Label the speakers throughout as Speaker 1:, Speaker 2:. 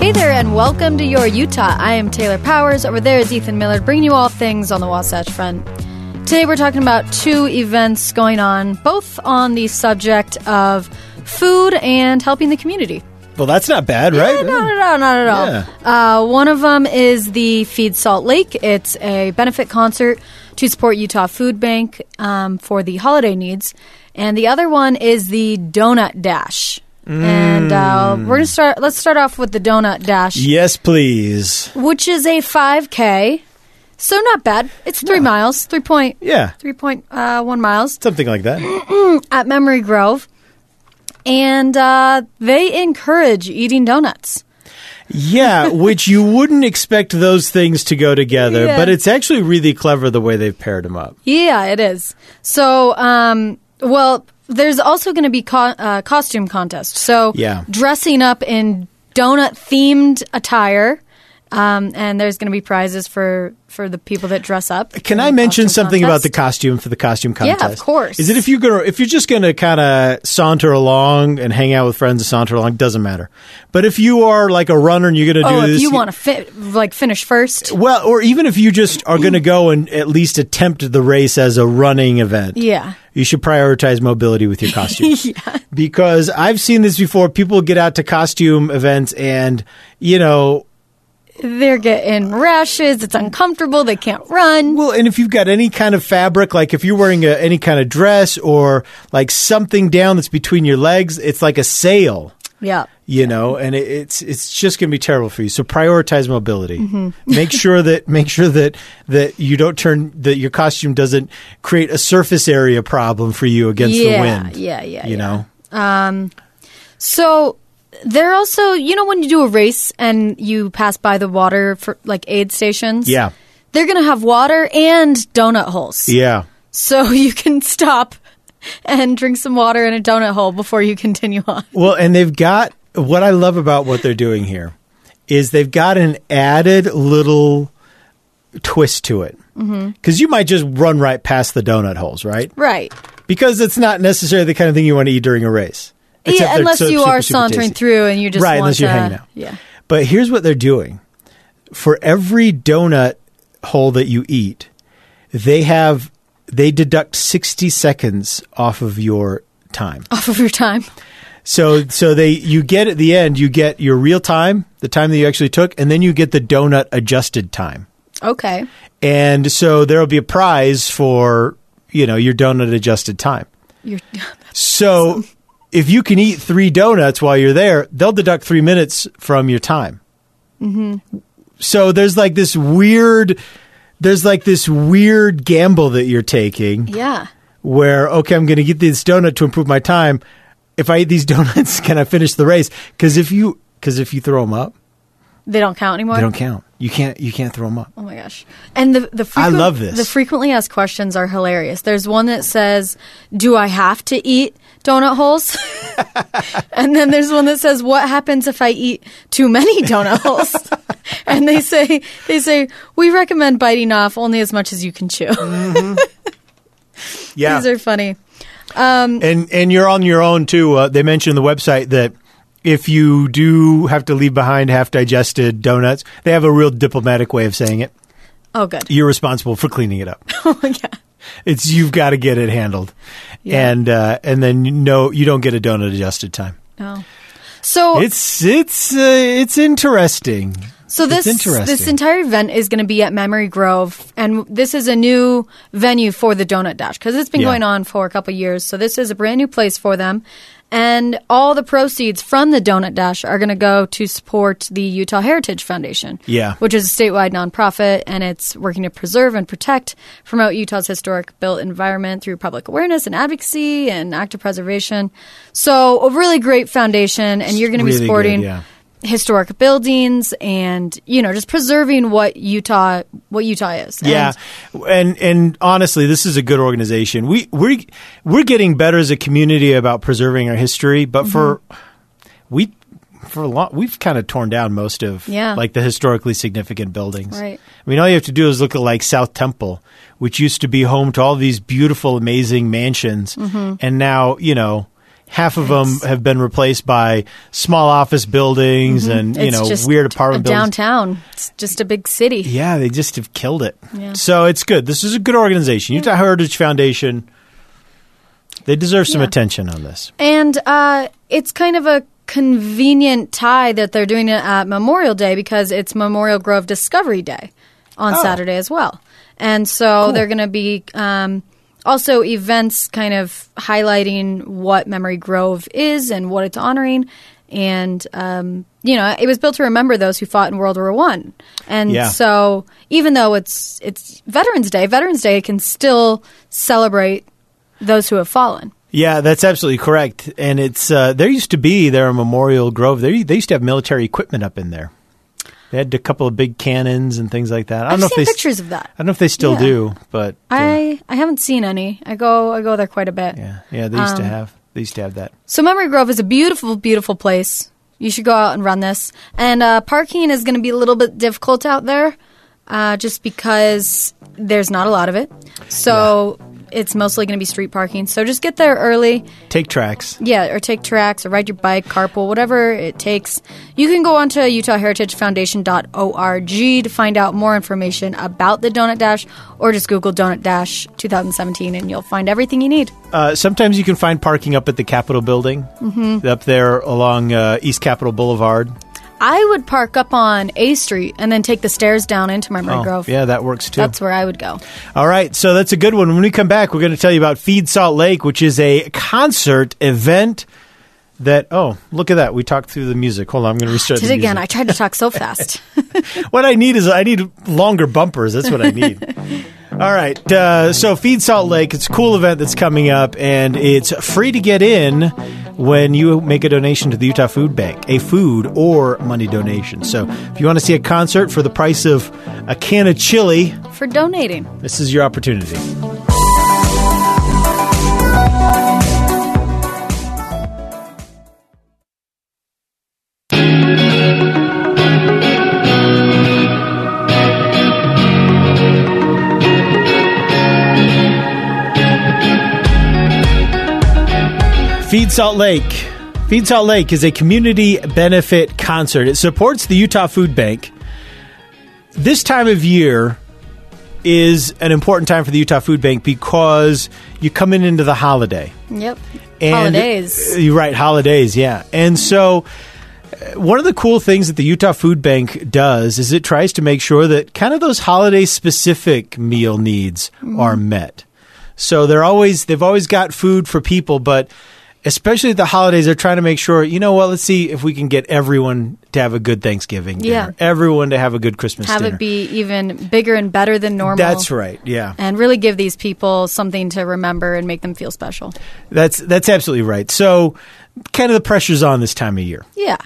Speaker 1: Hey there, and welcome to Your Utah. I am Taylor Powers. Over there is Ethan Miller, bringing you all things on the Wasatch Front. Today, we're talking about two events going on, both on the subject of food and helping the community.
Speaker 2: Well, that's not bad, right?
Speaker 1: Eh, no, no, no, not at all. Uh, one of them is the Feed Salt Lake. It's a benefit concert to support Utah Food Bank um, for the holiday needs. And the other one is the Donut Dash. And uh, we're gonna start. Let's start off with the Donut Dash,
Speaker 2: Yes, please.
Speaker 1: which is a 5K. So not bad. It's three miles, three point
Speaker 2: Yeah,
Speaker 1: three point uh, one miles
Speaker 2: something like that.
Speaker 1: at Memory Grove, and uh, they encourage eating donuts.
Speaker 2: Yeah, which you wouldn't expect those things to go together,
Speaker 1: Yeah.
Speaker 2: but it's actually really clever the way they've paired them up.
Speaker 1: Yeah, it is. So, um, well, there's also going to be co- uh, costume contest. So,
Speaker 2: Yeah.
Speaker 1: dressing up in donut themed attire, um, and there's going to be prizes for for the people that dress up.
Speaker 2: Can
Speaker 1: in
Speaker 2: I
Speaker 1: the
Speaker 2: mention
Speaker 1: costume
Speaker 2: something about the
Speaker 1: contest.
Speaker 2: costume for the costume
Speaker 1: Yeah, of
Speaker 2: contest?
Speaker 1: course.
Speaker 2: Is it if you're gonna if you're just gonna kind of saunter along and hang out with friends and saunter along doesn't matter, but if you are like a runner and you're gonna
Speaker 1: Oh,
Speaker 2: do
Speaker 1: if
Speaker 2: this,
Speaker 1: you want to fit, like finish first.
Speaker 2: well, or even if you just are gonna go and at least attempt the race as a running event,
Speaker 1: Yeah.
Speaker 2: you should prioritize mobility with your costume. Because I've seen this before. People get out to costume events and, you know,
Speaker 1: They're getting rashes. It's uncomfortable. They can't run.
Speaker 2: well, and if you've got any kind of fabric, like if you're wearing a, any kind of dress or like something down that's between your legs, it's like a sail.
Speaker 1: Yeah.
Speaker 2: You know, and it, it's it's just going to be terrible for you. So prioritize mobility.
Speaker 1: Mm-hmm.
Speaker 2: make sure that make sure that that you don't turn that your costume doesn't create a surface area problem for you against
Speaker 1: yeah,
Speaker 2: the wind.
Speaker 1: Yeah, yeah,
Speaker 2: you
Speaker 1: yeah.
Speaker 2: know,
Speaker 1: So they're also, you know, when you do a race and you pass by the water for like aid stations.
Speaker 2: Yeah.
Speaker 1: They're going to have water and donut holes.
Speaker 2: yeah.
Speaker 1: So you can stop and drink some water in a donut hole before you continue on.
Speaker 2: Well, and they've got what I love about what they're doing here is they've got an added little twist to it. Because
Speaker 1: Mm-hmm.
Speaker 2: you might just run right past the donut holes, right?
Speaker 1: Right.
Speaker 2: Because it's not necessarily the kind of thing you want to eat during a race. Except
Speaker 1: yeah,
Speaker 2: they're
Speaker 1: unless
Speaker 2: so
Speaker 1: you
Speaker 2: super,
Speaker 1: are
Speaker 2: super
Speaker 1: sauntering
Speaker 2: tasty.
Speaker 1: through and you just want
Speaker 2: right, unless you're
Speaker 1: to-
Speaker 2: hanging out.
Speaker 1: Yeah.
Speaker 2: But here's what they're doing: for every donut hole that you eat, they have they deduct sixty seconds off of your time.
Speaker 1: Off of your time.
Speaker 2: So so they you get at the end you get your real time, the time that you actually took, and then you get the donut adjusted time.
Speaker 1: Okay.
Speaker 2: And so there'll be a prize for, you know, your donut adjusted time.
Speaker 1: You're
Speaker 2: So if you can eat 3 donuts while you're there, they'll deduct 3 minutes from your time. Mhm. So there's like this weird there's like this weird gamble that you're taking
Speaker 1: Yeah.
Speaker 2: where okay, I'm going to get this donut to improve my time. If I eat these donuts, can I finish the race? Because if you because if you throw them up,
Speaker 1: They don't count anymore.
Speaker 2: they don't count. You can't you can't throw them up.
Speaker 1: Oh my gosh! And the the frequent,
Speaker 2: love this.
Speaker 1: The frequently asked questions are hilarious. There's one that says, "Do I have to eat donut holes?" and then there's one that says, "What happens if I eat too many donut holes?" and they say they say we recommend biting off only as much as you can chew.
Speaker 2: Yeah,
Speaker 1: These are funny.
Speaker 2: and and you're on your own too. Uh, they mentioned on the website that if you do have to leave behind half digested donuts, they have a real diplomatic way of saying it.
Speaker 1: Oh, good.
Speaker 2: You're responsible for cleaning it up.
Speaker 1: Oh my god!
Speaker 2: It's you've got to get it handled.
Speaker 1: Yeah.
Speaker 2: and uh, and then you no, you don't get a donut adjusted time.
Speaker 1: No. So
Speaker 2: It's it's uh, it's interesting.
Speaker 1: So
Speaker 2: It's
Speaker 1: this
Speaker 2: interesting.
Speaker 1: this entire event is going to be at Memory Grove, and this is a new venue for the Donut Dash because it's been
Speaker 2: Yeah.
Speaker 1: going on for a couple years. So this is a brand new place for them, and all the proceeds from the Donut Dash are going to go to support the Utah Heritage Foundation,
Speaker 2: Yeah.
Speaker 1: which is a statewide nonprofit, and it's working to preserve and protect, promote Utah's historic built environment through public awareness and advocacy and active preservation. So a really great foundation, and you're going to
Speaker 2: Really
Speaker 1: be
Speaker 2: good,
Speaker 1: supporting
Speaker 2: yeah.
Speaker 1: historic buildings and you know just preserving what Utah what Utah is. And
Speaker 2: Yeah, and and honestly, this is a good organization. We we're we're getting better as a community about preserving our history, but
Speaker 1: Mm-hmm.
Speaker 2: for we for a lot we've kind of torn down most of
Speaker 1: Yeah.
Speaker 2: like the historically significant buildings.
Speaker 1: Right.
Speaker 2: I mean, all you have to do is look at like South Temple, which used to be home to all these beautiful, amazing mansions,
Speaker 1: Mm-hmm.
Speaker 2: and now you know. Half of them have been replaced by small office buildings and you
Speaker 1: Mm-hmm. it's
Speaker 2: know
Speaker 1: just
Speaker 2: weird apartment
Speaker 1: a
Speaker 2: buildings.
Speaker 1: downtown. It's just a big city.
Speaker 2: Yeah, they just have killed it.
Speaker 1: Yeah.
Speaker 2: So it's good. This is a good organization. Utah Heritage Foundation. They deserve some
Speaker 1: Yeah.
Speaker 2: attention on this.
Speaker 1: And uh, it's kind of a convenient tie that they're doing it at Memorial Day because it's Memorial Grove Discovery Day on
Speaker 2: Oh.
Speaker 1: Saturday as well. And so they're going to be um, also events kind of highlighting what Memory Grove is and what it's honoring. And, um, you know, it was built to remember those who fought in World War One. And
Speaker 2: Yeah.
Speaker 1: so even though it's, it's Veterans Day, Veterans Day can still celebrate those who have fallen.
Speaker 2: Yeah, that's absolutely correct. And it's uh, there used to be there a Memorial Grove. There they used to have military equipment up in there. They had a couple of big cannons and things like that. I don't
Speaker 1: I've
Speaker 2: know
Speaker 1: seen
Speaker 2: if they s-
Speaker 1: pictures of that.
Speaker 2: I don't know if they still
Speaker 1: Yeah.
Speaker 2: do, but uh,
Speaker 1: I I haven't seen any. I go I go there quite a bit.
Speaker 2: yeah, yeah, they used
Speaker 1: Um,
Speaker 2: to have they used to have that.
Speaker 1: So Memory Grove is a beautiful, beautiful place. You should go out and run this. And uh, parking is going to be a little bit difficult out there, uh, just because there's not a lot of it. So it's mostly going to be street parking. So just get there early.
Speaker 2: Take tracks.
Speaker 1: Yeah, or take tracks, or ride your bike, carpool, whatever it takes. You can go onto utahheritagefoundation.org to find out more information about the Donut Dash, or just Google Donut Dash 2017 and you'll find everything you need.
Speaker 2: Uh, sometimes you can find parking up at the Capitol building,
Speaker 1: Mm-hmm.
Speaker 2: up there along uh, East Capitol Boulevard.
Speaker 1: I would park up on A Street and then take the stairs down into Memory
Speaker 2: Oh,
Speaker 1: Grove.
Speaker 2: Yeah, that works too.
Speaker 1: That's where I would go.
Speaker 2: All right, so that's a good one. When we come back, we're going to tell you about Feed Salt Lake, which is a concert event that oh, look at that. We talked through the music. Hold on, I'm going to restart
Speaker 1: Did
Speaker 2: the
Speaker 1: again. I
Speaker 2: music.
Speaker 1: tried to talk so fast.
Speaker 2: what I need is I need longer bumpers. That's what I need. All right, uh, so Feed Salt Lake, it's a cool event that's coming up, and it's free to get in when you make a donation to the Utah Food Bank, a food or money donation. So if you want to see a concert for the price of a can of chili,
Speaker 1: For donating.
Speaker 2: this is your opportunity. Feed Salt Lake. Feed Salt Lake is a community benefit concert. It supports the Utah Food Bank. This time of year is an important time for the Utah Food Bank because you come in into the holiday.
Speaker 1: Yep.
Speaker 2: And-
Speaker 1: Holidays.
Speaker 2: Uh, You're right, holidays, yeah. And so uh, one of the cool things that the Utah Food Bank does is it tries to make sure that kind of those holiday specific meal needs
Speaker 1: Mm-hmm.
Speaker 2: are met. So they're always they've always got food for people, but especially at the holidays, they're trying to make sure, you know what, let's see if we can get everyone to have a good Thanksgiving
Speaker 1: Yeah.
Speaker 2: dinner. Everyone to have a good Christmas
Speaker 1: Have
Speaker 2: dinner.
Speaker 1: it be even bigger and better than normal.
Speaker 2: That's right, yeah.
Speaker 1: And really give these people something to remember and make them feel special.
Speaker 2: That's that's absolutely right. So, kind of the pressure's on this time of year.
Speaker 1: Yeah.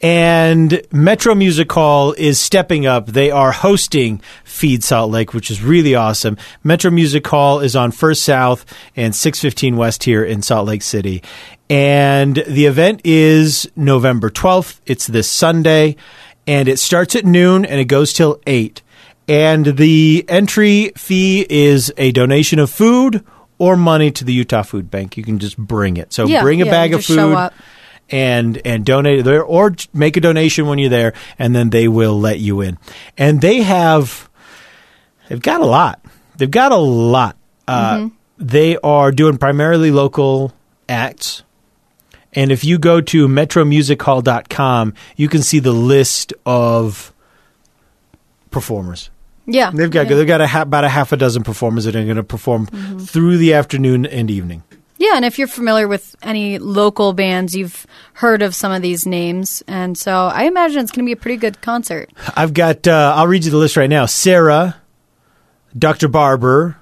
Speaker 2: And Metro Music Hall is stepping up. They are hosting Feed Salt Lake, which is really awesome. Metro Music Hall is on First South and 615 West here in Salt Lake City. And the event is November 12th. It's this Sunday. And it starts at noon and it goes till 8. And the entry fee is a donation of food or money to the Utah Food Bank. You can just bring it. So
Speaker 1: Yeah,
Speaker 2: bring a
Speaker 1: yeah,
Speaker 2: bag of
Speaker 1: just show
Speaker 2: food
Speaker 1: up.
Speaker 2: and and donate there or j- make a donation when you're there and then they will let you in and they have they've got a lot they've got a lot uh, they are doing primarily local acts. And if you go to metromusichall.com, you can see the list of performers.
Speaker 1: Yeah.
Speaker 2: They've got
Speaker 1: yeah.
Speaker 2: they've got a, ha- about a half a dozen performers that are going to perform through the afternoon and evening.
Speaker 1: Yeah, and if you're familiar with any local bands, you've heard of some of these names. And so I imagine it's going to be a pretty good concert.
Speaker 2: I've got. Uh, I'll read you the list right now. Sarah, Doctor Barber,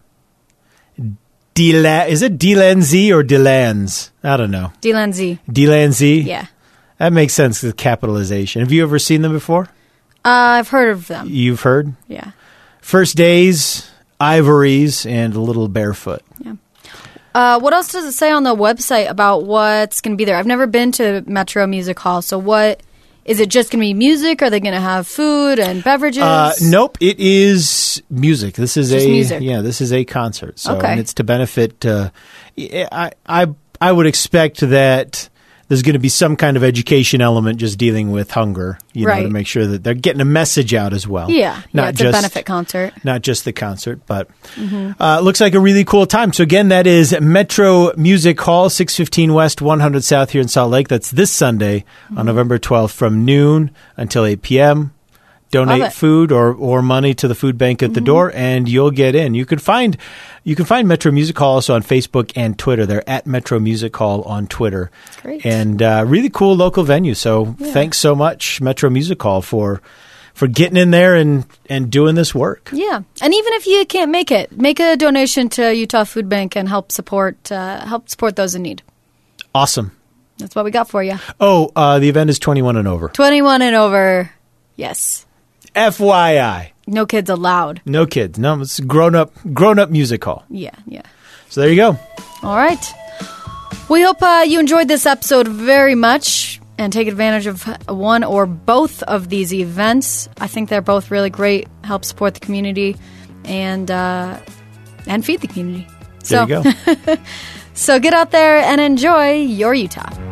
Speaker 2: Dela. Is it Delanzy or Delans? I don't know.
Speaker 1: Dylan Z.
Speaker 2: Delanzy.
Speaker 1: Yeah.
Speaker 2: that makes sense. The capitalization. Have you ever seen them before?
Speaker 1: Uh, I've heard of them.
Speaker 2: You've heard
Speaker 1: Yeah.
Speaker 2: First Days, Ivories, and a Little Barefoot.
Speaker 1: Uh, what else does it say on the website about what's going to be there? I've never been to Metro Music Hall, so what is it? Just going to be music? Are they going to have food and beverages?
Speaker 2: Uh, nope, it is music. This is
Speaker 1: Just
Speaker 2: a
Speaker 1: music.
Speaker 2: yeah, this is a concert. So
Speaker 1: Okay.
Speaker 2: and it's to benefit. Uh, I I I would expect that there's going to be some kind of education element just dealing with hunger, you know,
Speaker 1: Right.
Speaker 2: to make sure that they're getting a message out as well.
Speaker 1: Yeah,
Speaker 2: not
Speaker 1: yeah, it's
Speaker 2: just
Speaker 1: a benefit concert.
Speaker 2: not just the concert, but
Speaker 1: Mm-hmm.
Speaker 2: uh, looks like a really cool time. So again, that is Metro Music Hall, six fifteen West, one hundred South here in Salt Lake. That's this Sunday
Speaker 1: Mm-hmm.
Speaker 2: on November twelfth from noon until eight p.m.
Speaker 1: Love
Speaker 2: Donate
Speaker 1: it. Mm-hmm.
Speaker 2: food or, or money to the food bank at the door, and you'll get in. You can find you can find Metro Music Hall also on Facebook and Twitter. They're at Metro Music Hall on Twitter.
Speaker 1: Great.
Speaker 2: and uh, really cool local venue. So thanks so much Metro Music Hall for for getting in there and and doing this work.
Speaker 1: Yeah, and even if you can't make it, make a donation to Utah Food Bank and help support uh, help support those in need.
Speaker 2: Awesome.
Speaker 1: That's what we got for you.
Speaker 2: Oh, uh, the event is 21 and over.
Speaker 1: Twenty one and over. Yes,
Speaker 2: FYI,
Speaker 1: no kids allowed.
Speaker 2: no kids. No, it's grown up, grown up music hall.
Speaker 1: Yeah, yeah.
Speaker 2: So there you go.
Speaker 1: All right. We hope uh, you enjoyed this episode very much and take advantage of one or both of these events. I think they're both really great. Help support the community and uh, and feed the community.
Speaker 2: There
Speaker 1: So
Speaker 2: you go.
Speaker 1: so get out there and enjoy your Utah.